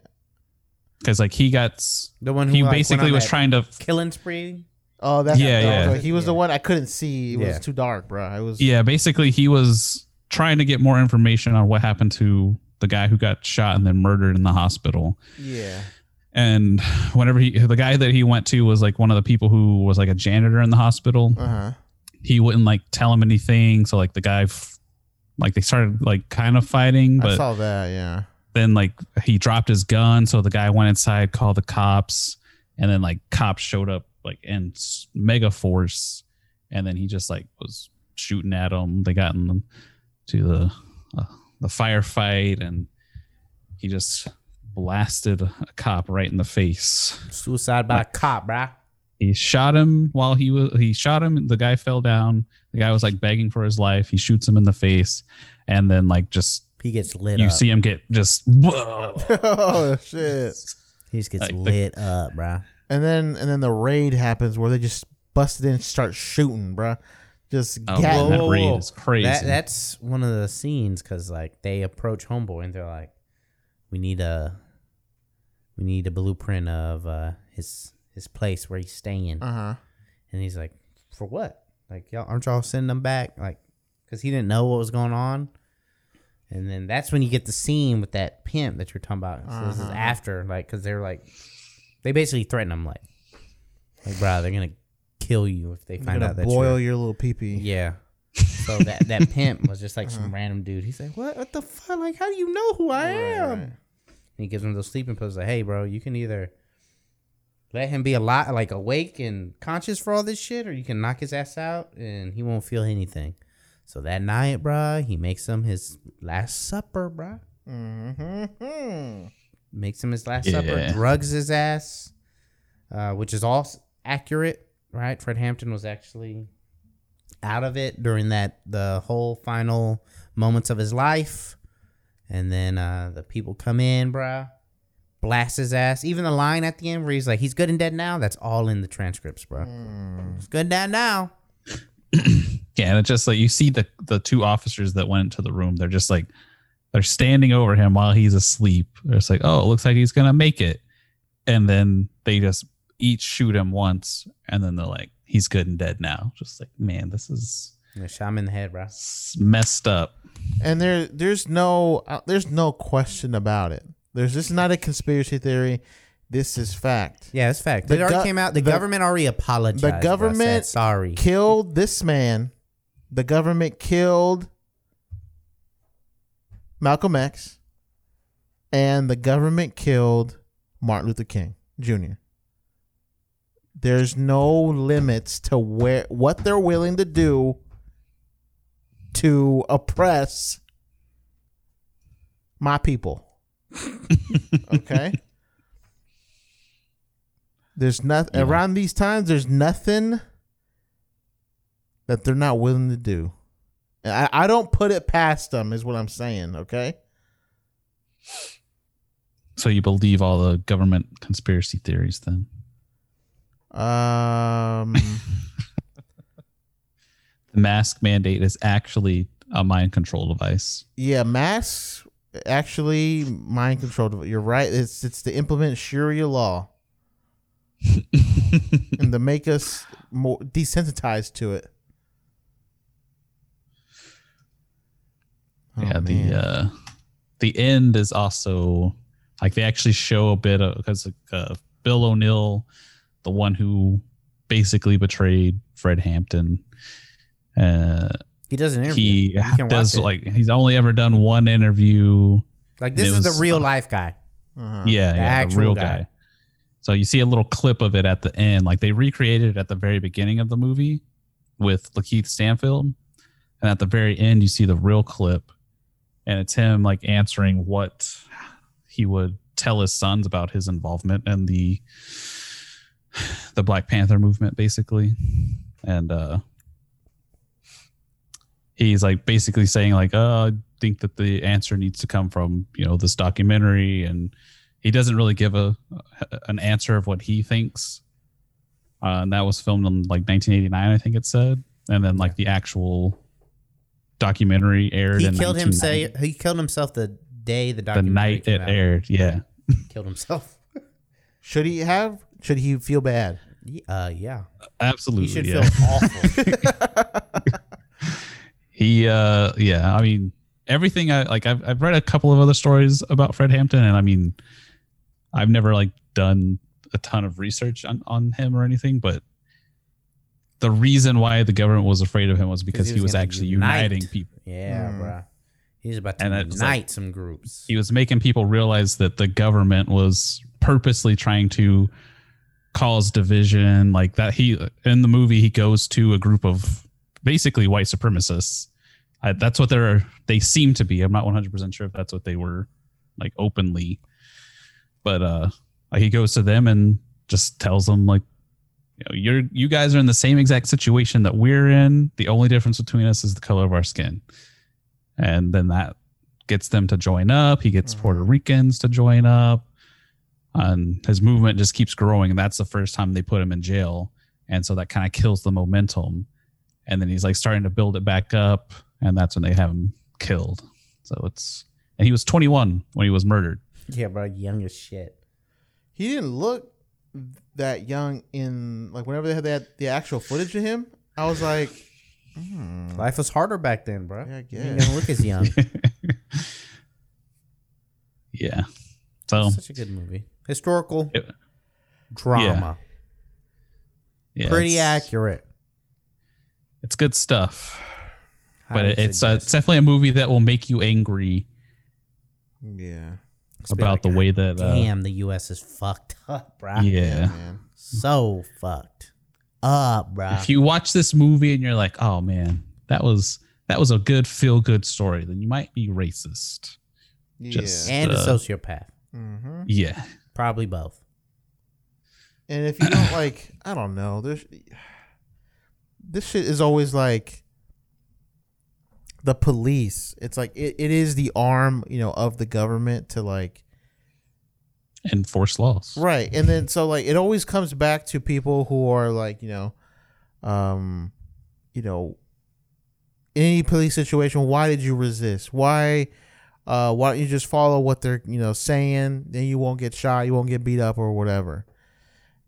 S3: because like he got s-
S2: The one who
S3: he
S2: like, went
S3: basically
S2: on
S3: was
S2: that
S3: trying to
S2: killing spree.
S4: Oh, that
S3: Yeah,
S4: that was
S3: yeah.
S4: like- he was the
S2: Yeah.
S4: one I couldn't see. It
S2: Yeah.
S4: was too dark, bro. I was.
S3: yeah, basically he was trying to get more information on what happened to the guy who got shot and then murdered in the hospital.
S4: Yeah.
S3: And whenever he the guy that he went to was like one of the people who was like a janitor in the hospital.
S4: Uh huh.
S3: He wouldn't like tell him anything, so like the guy f- like they started like kind of fighting,
S4: I
S3: but
S4: saw that. Yeah.
S3: then like he dropped his gun so the guy went inside called the cops and then like cops showed up like in s- mega force and then he just like was shooting at them they got him to the uh, the firefight and he just blasted a cop right in the face
S2: Suicide by cop, bruh.
S3: he shot him while he was he shot him the guy fell down the guy was like begging for his life he shoots him in the face and then like just
S2: He gets lit
S3: you
S2: up.
S3: see him get just
S4: oh shit.
S2: he just gets
S3: like the-
S2: lit up, bruh.
S4: And then and then the raid happens where they just busted in and start shooting, bro. Just
S3: Oh,
S4: gat-
S3: man, that
S2: Whoa, whoa,
S3: raid
S2: whoa.
S3: is crazy.
S2: That that's one of the scenes because like they approach Homeboy and they're like, "We need a, we need a blueprint of uh, his his place where he's staying."
S4: Uh-huh.
S2: And he's like, "For what? Like y'all aren't y'all sending him back? Like, because he didn't know what was going on." And then that's when you get the scene with that pimp that you're talking about. So this is
S4: Uh-huh.
S2: after, like, because they're like, they basically threaten him, like, like, bro, they're gonna kill you if they
S4: You're
S2: find
S4: gonna
S2: out that
S4: boil
S2: you're
S4: your little peepee.
S2: yeah. So that that pimp was just like some random dude. He's like, "What? What the fuck? Like, how do you know who I
S4: Uh-huh. Right,
S2: am?"
S4: right.
S2: And he gives him those sleeping pills. Like, hey, bro, you can either let him be a lot like awake and conscious for all this shit, or you can knock his ass out and he won't feel anything. So that night, bruh, he makes him his last supper, bruh.
S4: Mm-hmm.
S2: Makes him his last
S3: Yeah.
S2: supper, drugs his ass, uh, which is all s- accurate, right? Fred Hampton was actually out of it during that the whole final moments of his life, and then uh, the people come in, bruh, blast his ass. Even the line at the end where he's like, "He's good and dead now." That's all in the transcripts, bruh.
S4: Hmm.
S2: He's good and dead now.
S3: Yeah, and it's just like you see the the two officers that went into the room. They're just like they're standing over him while he's asleep. They're just like, oh, it looks like he's gonna make it, and then they just each shoot him once, and then they're like, he's good and dead now. Just like, man, this is
S2: And they shot him in the head, bruh.
S3: s- messed up.
S4: And there, there's no, uh, there's no question about it. There's this is not a conspiracy theory. This is fact.
S2: Yeah, that's fact.
S4: The
S2: it already
S4: gov-
S2: came out. The,
S4: the-
S2: government already apologized.
S4: the
S2: bruh, said
S4: government
S2: sorry.
S4: Killed this man. The government killed Malcolm X, and the government killed Martin Luther King Jr. There's no limits to where what they're willing to do to oppress my people. okay. There's nothing
S3: Yeah.
S4: around these times. There's nothing that they're not willing to do. And I, I don't put it past them, is what I'm saying. Okay.
S3: So you believe all the government conspiracy theories then?
S4: Um,
S3: The mask mandate is actually a mind control device.
S4: yeah, masks actually mind control. You're right. It's it's to implement Sharia law and to make us more desensitized to it. Oh,
S3: yeah,
S4: man.
S3: the uh, the end is also like they actually show a bit of because uh, Bill O'Neill, the one who basically betrayed Fred Hampton, uh,
S2: He does an interview.
S3: he
S2: You can watch
S3: does
S2: it.
S3: like he's only ever done one interview.
S2: Like
S3: It
S2: this is
S3: was-
S2: the real life guy.
S3: uh,
S4: Uh-huh.
S3: yeah,
S2: Uh, the
S3: yeah, the
S2: actual
S3: real
S2: guy.
S3: guy. So you see a little clip of it at the end, like they recreated it at the very beginning of the movie with Lakeith Stanfield, and at the very end you see the real clip, and it's him like answering what he would tell his sons about his involvement in the the Black Panther movement, basically, and uh, he's like basically saying like, "Oh, I think that the answer needs to come from you know this documentary," and he doesn't really give a an answer of what he thinks. Uh, and that was filmed in like 1989, I think it said, and then like the actual documentary aired.
S2: He
S3: in
S2: killed him.
S3: 1990
S2: Say he killed himself the day the
S3: the
S2: documentary
S3: night
S2: came
S3: it
S2: out.
S3: aired. Yeah.
S2: Killed himself.
S4: Should he have? Should he feel bad?
S2: Ye- Uh, yeah.
S3: Absolutely.
S2: He should
S3: yeah.
S2: feel awful.
S3: he uh yeah, I mean everything I like I've I've read a couple of other stories about Fred Hampton and I mean I've never like done a ton of research on, on him or anything, but the reason why the government was afraid of him was because he was,
S2: gonna
S3: actually
S2: unite.
S3: uniting people.
S2: Yeah,
S4: Mm.
S2: bruh. He's about to
S3: And it
S2: unite
S3: was like-
S2: some groups.
S3: He was making people realize that the government was purposely trying to cause division like that he in the movie he goes to a group of basically white supremacists I, that's what they're they seem to be i'm not 100% sure if that's what they were like openly but uh like he goes to them and just tells them like you know you're you guys are in the same exact situation that we're in the only difference between us is the color of our skin and then that gets them to join up he gets puerto ricans to join up and his movement just keeps growing and that's the first time they put him in jail and so that kind of kills the momentum and then he's like starting to build it back up and that's when they have him killed so it's and he was 21 when he was murdered
S2: yeah, bro. Young as shit.
S4: He didn't look that young in like whenever they had that the actual footage of him. I was like, hmm,
S2: Life was harder back then, bruh.
S4: Yeah, I
S2: You ain't
S4: guess.
S2: gonna look as young.
S3: yeah so
S2: Such a good movie. Historical
S3: It-
S2: drama.
S3: yeah,
S2: Pretty
S3: it's-
S2: accurate.
S3: it's good stuff but
S2: Highly
S3: it, it's, uh,
S2: suggest-
S3: it's definitely a movie that will make you angry
S4: yeah.
S2: Just be
S3: about
S2: like,
S3: the way that. Uh,
S2: damn the U.S. is fucked up, bro.
S3: Yeah.
S4: man.
S2: so fucked up, bro.
S3: If you watch this movie and you're like, "Oh man, that was that was a good feel good story," then you might be racist.
S4: Yeah.
S3: Just-
S2: and a
S3: uh,
S2: sociopath,
S4: hmm
S3: Yeah.
S2: probably both.
S4: And if you don't like, I don't know. There's this shit is always like the police. It's like it, it is the arm, you know, of the government to like
S3: Enforce laws.
S4: right. And then so like it always comes back to people who are like you know, um, you know, in any police situation. Why did you resist? Why? Uh, why don't you just follow what they're you know saying? Then you won't get shot, you won't get beat up or whatever.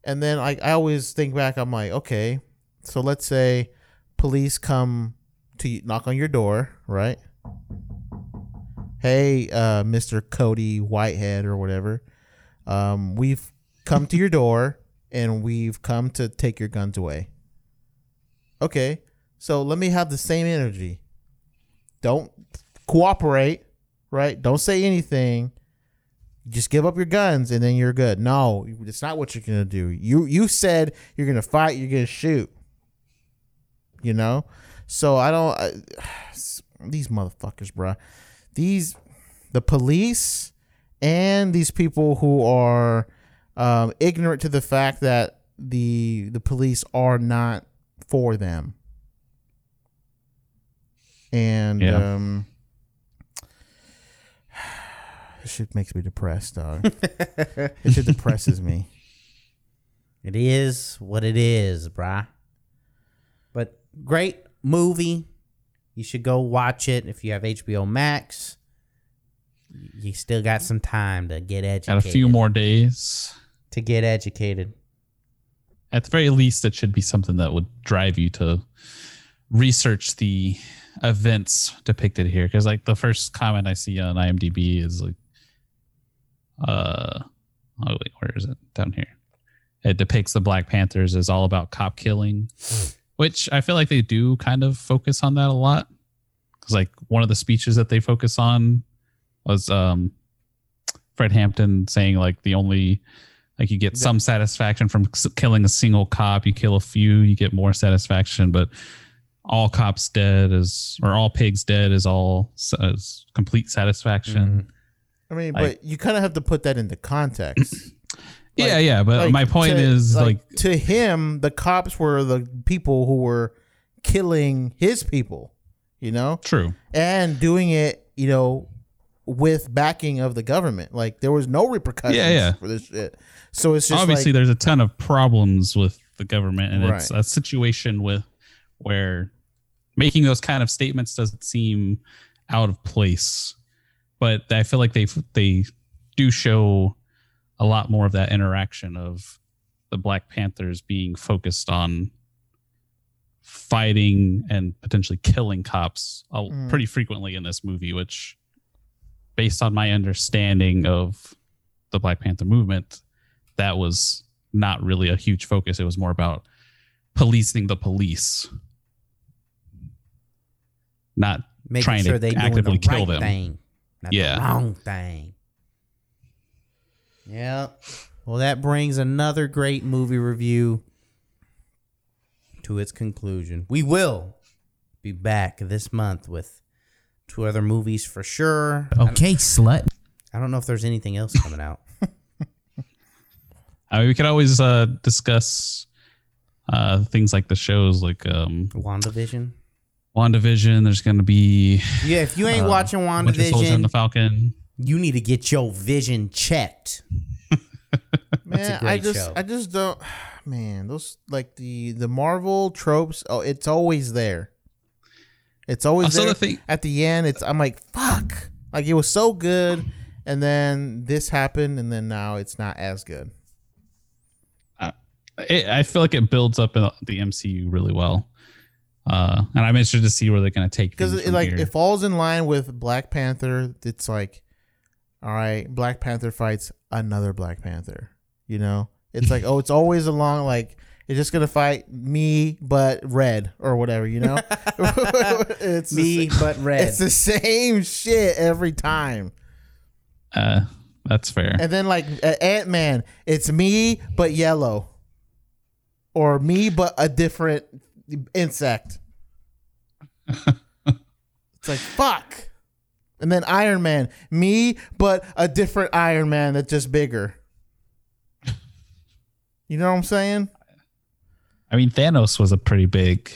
S4: And then I, I always think back. I'm like, okay, so let's say police come to you, knock on your door, right? Hey, uh, Mister Cody Whitehead or whatever, um, we've come to your door and we've come to take your guns away. Okay, so let me have the same energy. Don't cooperate, right? Don't say anything. Just give up your guns and then you're good. No, it's not what you're gonna do. You you said you're gonna fight. You're gonna shoot. You know, so I don't. I, these motherfuckers, bruh. These the police and these people who are um, ignorant to the fact that the the police are not for them. And
S3: Yeah.
S4: um, this shit makes me depressed, dog. it shit depresses me.
S2: It is what it is, bruh. But great movie. You should go watch it if you have HBO Max. You still got some time to get educated.
S3: Got a few more days.
S2: to get educated.
S3: At the very least, it should be something that would drive you to research the events depicted here. Because like the first comment I see on IMDb is like, uh, oh wait, where is it? Down here. It depicts the Black Panthers as all about cop killing, which I feel like they do kind of focus on that a lot. Because like one of the speeches that they focus on was um, Fred Hampton saying like the only like you get some satisfaction from s- killing a single cop. You kill a few, you get more satisfaction, but all cops dead is or all pigs dead is all s- is complete satisfaction.
S4: I mean,
S3: Like-
S4: but you kind of have to put that into context.
S3: yeah, yeah. But Uh, my point
S4: to-
S3: is like
S4: to him, the cops were the people who were killing his people, you know,
S3: true.
S4: and doing it, you know, with backing of the government. Like there was no repercussions
S3: Yeah, yeah.
S4: for this shit. So it's just
S3: obviously
S4: like,
S3: there's a ton of problems with the government and it's
S4: Right.
S3: a situation with where making those kind of statements doesn't seem out of place but i feel like they they do show a lot more of that interaction of the black panthers being focused on fighting and potentially killing cops uh,
S4: Mm.
S3: pretty frequently in this movie which based on my understanding of the black panther movement that was not really a huge focus. It was more about policing the police, not
S2: Making
S3: Trying to
S2: sure they
S3: actively
S2: doing the
S3: kill
S2: right
S3: them.
S2: thing, not the
S3: Yeah.
S2: wrong thing. Yep. Well, that brings another great movie review to its conclusion. We will be back this month with two other movies for sure.
S3: Oh.
S5: Okay, slut.
S2: I don't know if there's anything else coming out.
S3: I mean, we could always uh, discuss uh, things like the shows, like um,
S2: WandaVision.
S3: WandaVision. There's going to be
S2: Yeah, if you ain't
S3: uh,
S2: watching
S3: Winter Soldier and the
S2: WandaVision,
S3: Falcon.
S2: you need to get your vision checked.
S4: man,
S2: a
S4: I
S2: great
S4: just,
S2: show.
S4: I just don't, man, those like the, the Marvel tropes. Oh, it's always there. It's always
S3: Also,
S4: there.
S3: the thing
S4: at the end it's i'm like fuck like it was so good and then this happened and then now it's not as good
S3: it, I feel like it builds up in the MCU really well. Uh, and I'm interested to see where they're going to take
S4: because
S3: things
S4: it
S3: from
S4: like
S3: here.
S4: it falls in line with black panther it's like all right black panther fights another black panther you know it's like oh it's always along like it's just gonna fight me but red or whatever you know it's the
S2: Me,
S4: sa-
S2: but red.
S4: it's the same shit every time
S3: uh, That's fair.
S4: And then like uh, Ant Man, it's me but yellow, or me but a different insect. it's like fuck. And then Iron Man, me but a different Iron Man that's just bigger. You know what I'm saying?
S3: I mean, Thanos was a pretty big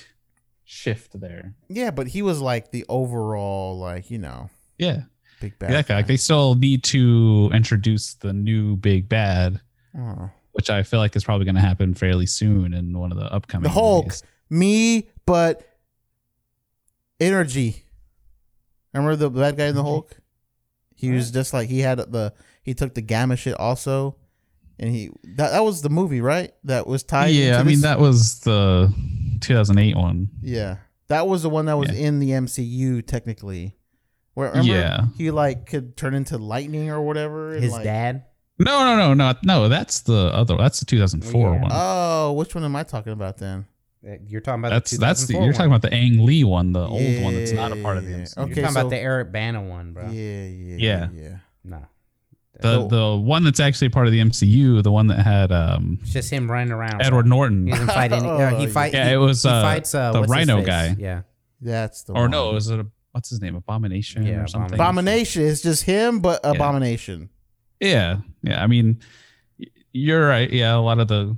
S3: shift there.
S4: Yeah, but he was like the overall, like you know,
S3: Yeah.
S4: big bad.
S3: Exactly. Like
S4: guy.
S3: they still need to introduce the new big bad,
S4: Oh.
S3: which I feel like is probably going to happen fairly soon in one of the upcoming.
S4: The Hulk.
S3: movies.
S4: me, but energy. Remember the bad guy in the Hulk? He was just like he had the he took the gamma shit also, and he that, that was the movie right that was tied.
S3: Yeah,
S4: into
S3: I mean
S4: this-
S3: that was the 2008 one.
S4: Yeah, that was the one that was
S3: Yeah.
S4: in the MCU technically. Where remember
S3: Yeah.
S4: he like could turn into lightning or whatever. and,
S2: His
S4: like-
S2: dad.
S3: No, no, no, no, no. That's the other. That's the 2004
S2: Yeah.
S3: one.
S4: Oh, which one am I talking about then?
S2: Uh, You're talking about
S3: that's
S2: the
S3: that's the.
S2: 2004
S3: You're talking
S2: one.
S3: about the Ang Lee one, the old one that's not a part of the
S4: Yeah.
S3: MCU.
S4: Okay.
S2: You're talking
S4: so-
S2: about the Eric Bana one, bro.
S4: Yeah, yeah,
S3: Yeah.
S4: yeah.
S2: Nah,
S3: The the one that's actually part of the MCU, the one that had um
S2: it's just him running around.
S3: Edward Norton.
S2: He doesn't fight any. or he
S4: Oh,
S2: fight.
S3: yeah,
S2: he,
S3: it was
S2: he
S3: uh,
S2: fights uh,
S3: the
S2: what's his
S3: Rhino
S2: face?
S3: guy.
S2: Yeah,
S4: That's the
S3: or
S4: one.
S3: no, it was a what's his name? Abomination
S2: Yeah,
S3: or something.
S4: Abomination. It's just him, but
S3: Yeah.
S4: abomination.
S3: Yeah, yeah. I mean, y- you're right. Yeah, a lot of the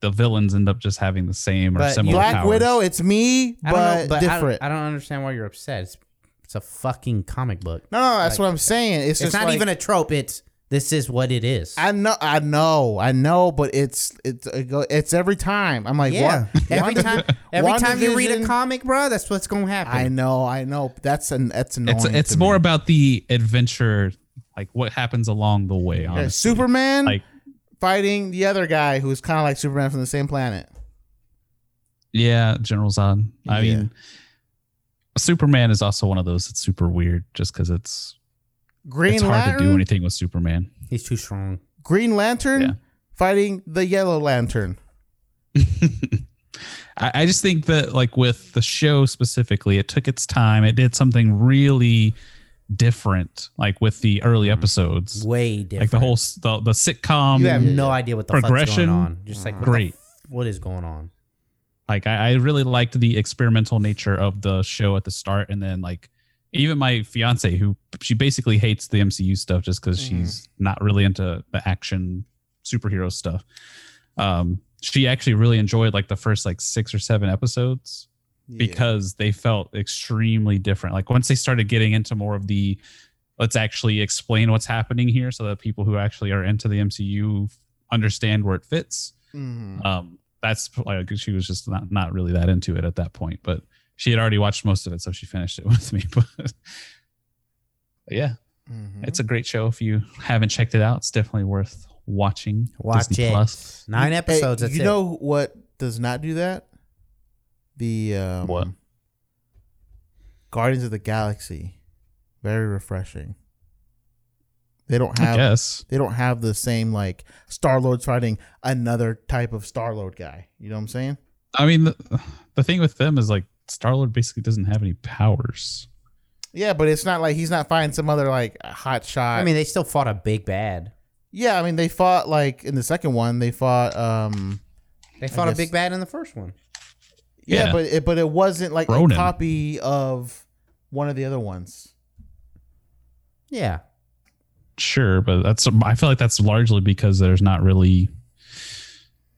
S3: the villains end up just having the same or
S2: But
S3: similar
S4: Black
S3: powers.
S4: Widow. It's me,
S2: I
S4: but,
S2: don't know, but I don't-
S4: different.
S2: I don't, understand why you're upset. It's it's a fucking comic book.
S4: no, no,
S2: like-
S4: that's what I'm saying. It's,
S2: It's,
S4: just
S2: not
S4: like-
S2: even a trope. It's this is what it is.
S4: I know, I know, I know, but it's it's it go- it's every time. I'm like,
S2: yeah,
S4: what?
S2: every
S4: Wanda-
S2: time, every time you read a
S4: WandaVision-
S2: comic, bro, that's what's gonna happen.
S4: I know, I know. That's an that's annoying.
S3: It's it's
S4: to
S3: more
S4: me.
S3: about the adventure, like what happens along the way.
S4: Yeah,
S3: Honestly.
S4: Superman
S3: Like-
S4: fighting the other guy who's kind of like Superman from the same planet.
S3: Yeah, General Zod. I
S4: Yeah.
S3: mean, Superman is also one of those that's super weird, just because it's
S4: Green
S3: it's hard
S4: Lantern.
S3: to do anything with Superman.
S2: He's too strong.
S4: Green Lantern
S3: Yeah.
S4: fighting the Yellow Lantern.
S3: I, I just think that like with the show specifically, it took its time. It did something really different, like with the early
S4: Mm-hmm.
S3: episodes,
S2: Way different.
S3: like the whole s- the, the sitcom.
S2: You have no idea what the fuck's going
S3: progression,
S2: on. Just like what the
S3: great.
S2: f- what is going on?
S3: Like I, I really liked the experimental nature of the show at the start, and then like even my fiance, who she basically hates the MCU stuff just because she's not really into the action superhero stuff. Um, she actually really enjoyed like the first like six or seven episodes. because they felt extremely different. Like once they started getting into more of the let's actually explain what's happening here so that people who actually are into the MCU understand where it fits.
S2: Mm-hmm.
S4: Mhm.
S3: Um that's like she was just not not really that into it at that point, but she had already watched most of it so she finished it with me, but, but yeah,
S2: Mm-hmm.
S4: Mhm.
S3: it's a great show if you haven't checked it out. It's definitely worth watching.
S2: Watch
S3: Disney
S2: it.
S3: Plus.
S2: Nine
S4: Hey,
S2: episodes. that's
S4: you
S2: it.
S4: know what does not do that? The um,
S3: What?
S4: Guardians of the Galaxy, very refreshing. They don't
S3: I
S4: have
S3: guess.
S4: they don't have the same like Star Lord's fighting another type of Star Lord guy. You know what I'm saying?
S3: I mean the, the thing with them is like Star Lord basically doesn't have any powers.
S4: Yeah, but it's not like he's not fighting some other like hot shot.
S2: I mean, they still fought a big bad.
S4: yeah, I mean they fought like in the second one they fought. um
S2: They fought a
S4: guess-
S2: big bad in the first one.
S4: Yeah,
S3: Yeah.
S4: but it, but it wasn't like
S3: Ronan.
S4: a copy of one of the other ones.
S2: Yeah,
S3: sure but that's i feel like that's largely because there's not really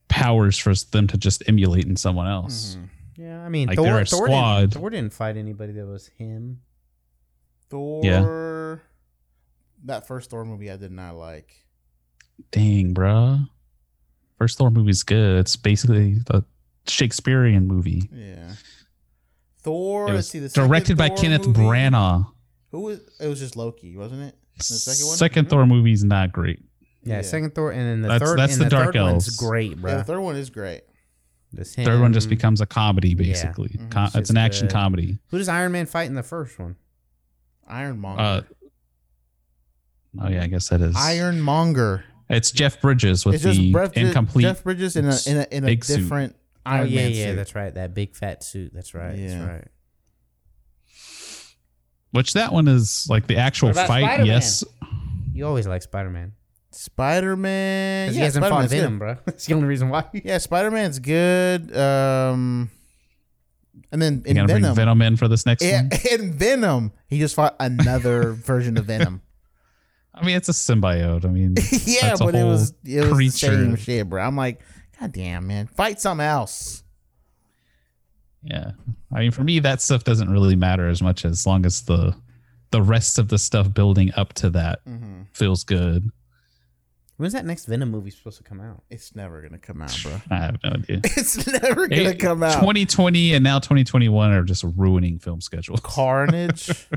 S3: powers for them to just emulate in someone
S2: Mm-hmm.
S3: else
S2: yeah. I mean,
S3: Like,
S2: Thor,
S3: they're a
S2: Thor
S3: squad.
S2: Didn't, Thor didn't fight anybody that was him.
S4: Thor.
S3: Yeah.
S4: That first Thor movie I did not like.
S3: dang bruh first thor movie's good it's basically a shakespearean movie
S4: Yeah. Thor.
S3: it
S4: let's
S3: was
S4: see, the second
S3: directed by
S4: Thor
S3: kenneth
S4: movie-
S3: branagh
S4: Who was? It was just Loki, wasn't it? The second one. Mm-hmm.
S3: thor movie's not great
S2: Yeah,
S4: Yeah.
S2: second Thor, and then the
S3: That's-
S2: third.
S3: that's
S2: and
S3: the
S2: the,
S3: Dark
S2: third one's
S3: Elves.
S2: great, bro.
S4: Yeah, the third one is great.
S3: third one just
S4: Mm-hmm.
S3: becomes a comedy basically
S4: Mhm.
S3: Com-
S2: Shit's
S3: it's an action
S2: good.
S3: comedy
S2: Who does Iron Man fight in the first one?
S4: Ironmonger.
S3: uh, oh yeah i guess that is
S4: Ironmonger.
S3: it's jeff bridges with
S4: It's just
S3: the
S4: Bref-
S3: incomplete
S4: Jeff Bridges in a in a, in a
S3: big suit.
S4: different
S2: Oh
S4: Iron
S2: yeah,
S4: Man
S2: yeah,
S4: suit.
S2: that's right. That big fat suit. That's right.
S4: Yeah.
S2: That's right.
S3: which that one is like the actual
S2: What about
S3: fight
S2: Spider-Man?
S3: yes
S2: You always like Spider Man.
S4: Spider Man.
S2: Because
S4: Yeah,
S2: he hasn't
S4: Spider-Man's
S2: fought Venom, bro. That's the only reason why.
S4: good. Yeah, Spider Man's good. Um, and then
S3: You
S4: in
S3: gotta bring
S4: Venom,
S3: Venom in for this next
S4: yeah,
S3: one.
S4: in Venom, he just fought another version of Venom.
S3: I mean, it's a symbiote. I mean,
S4: yeah,
S3: that's a
S4: but it was
S3: whole
S4: it was the
S3: creature.
S4: same shit, bro. I'm like, God damn, man, fight something else.
S3: yeah. I mean, for me, that stuff doesn't really matter as much as long as the the rest of the stuff building up to that
S4: Mm-hmm.
S3: feels good.
S2: When's that next Venom movie supposed to come out?
S4: It's never gonna come out, bro.
S3: I have no idea.
S4: It's never gonna
S3: It-
S4: come out.
S3: 2020 and now 2021 are just ruining film schedules.
S4: Carnage.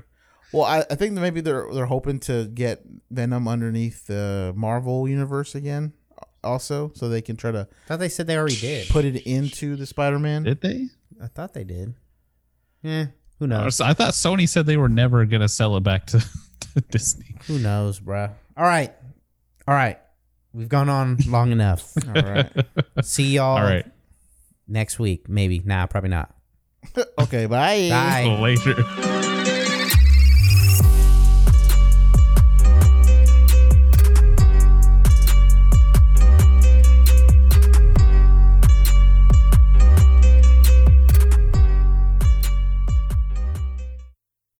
S4: well, I, I think that maybe they're they're hoping to get Venom underneath the Marvel universe again, uh, also, so they can try to
S2: I thought they said they already did.
S4: put it into the Spider-Man.
S3: Did they?
S2: I thought they did. Yeah. Who
S3: I
S2: knows?
S3: was- I thought Sony said they were never gonna sell it back to, to Disney.
S2: Who knows, bruh? All right. All right. We've gone on long enough.
S4: All right.
S2: See y'all
S3: All right.
S2: next week, maybe. Nah, probably not.
S4: okay. Bye.
S2: Bye.
S3: Later.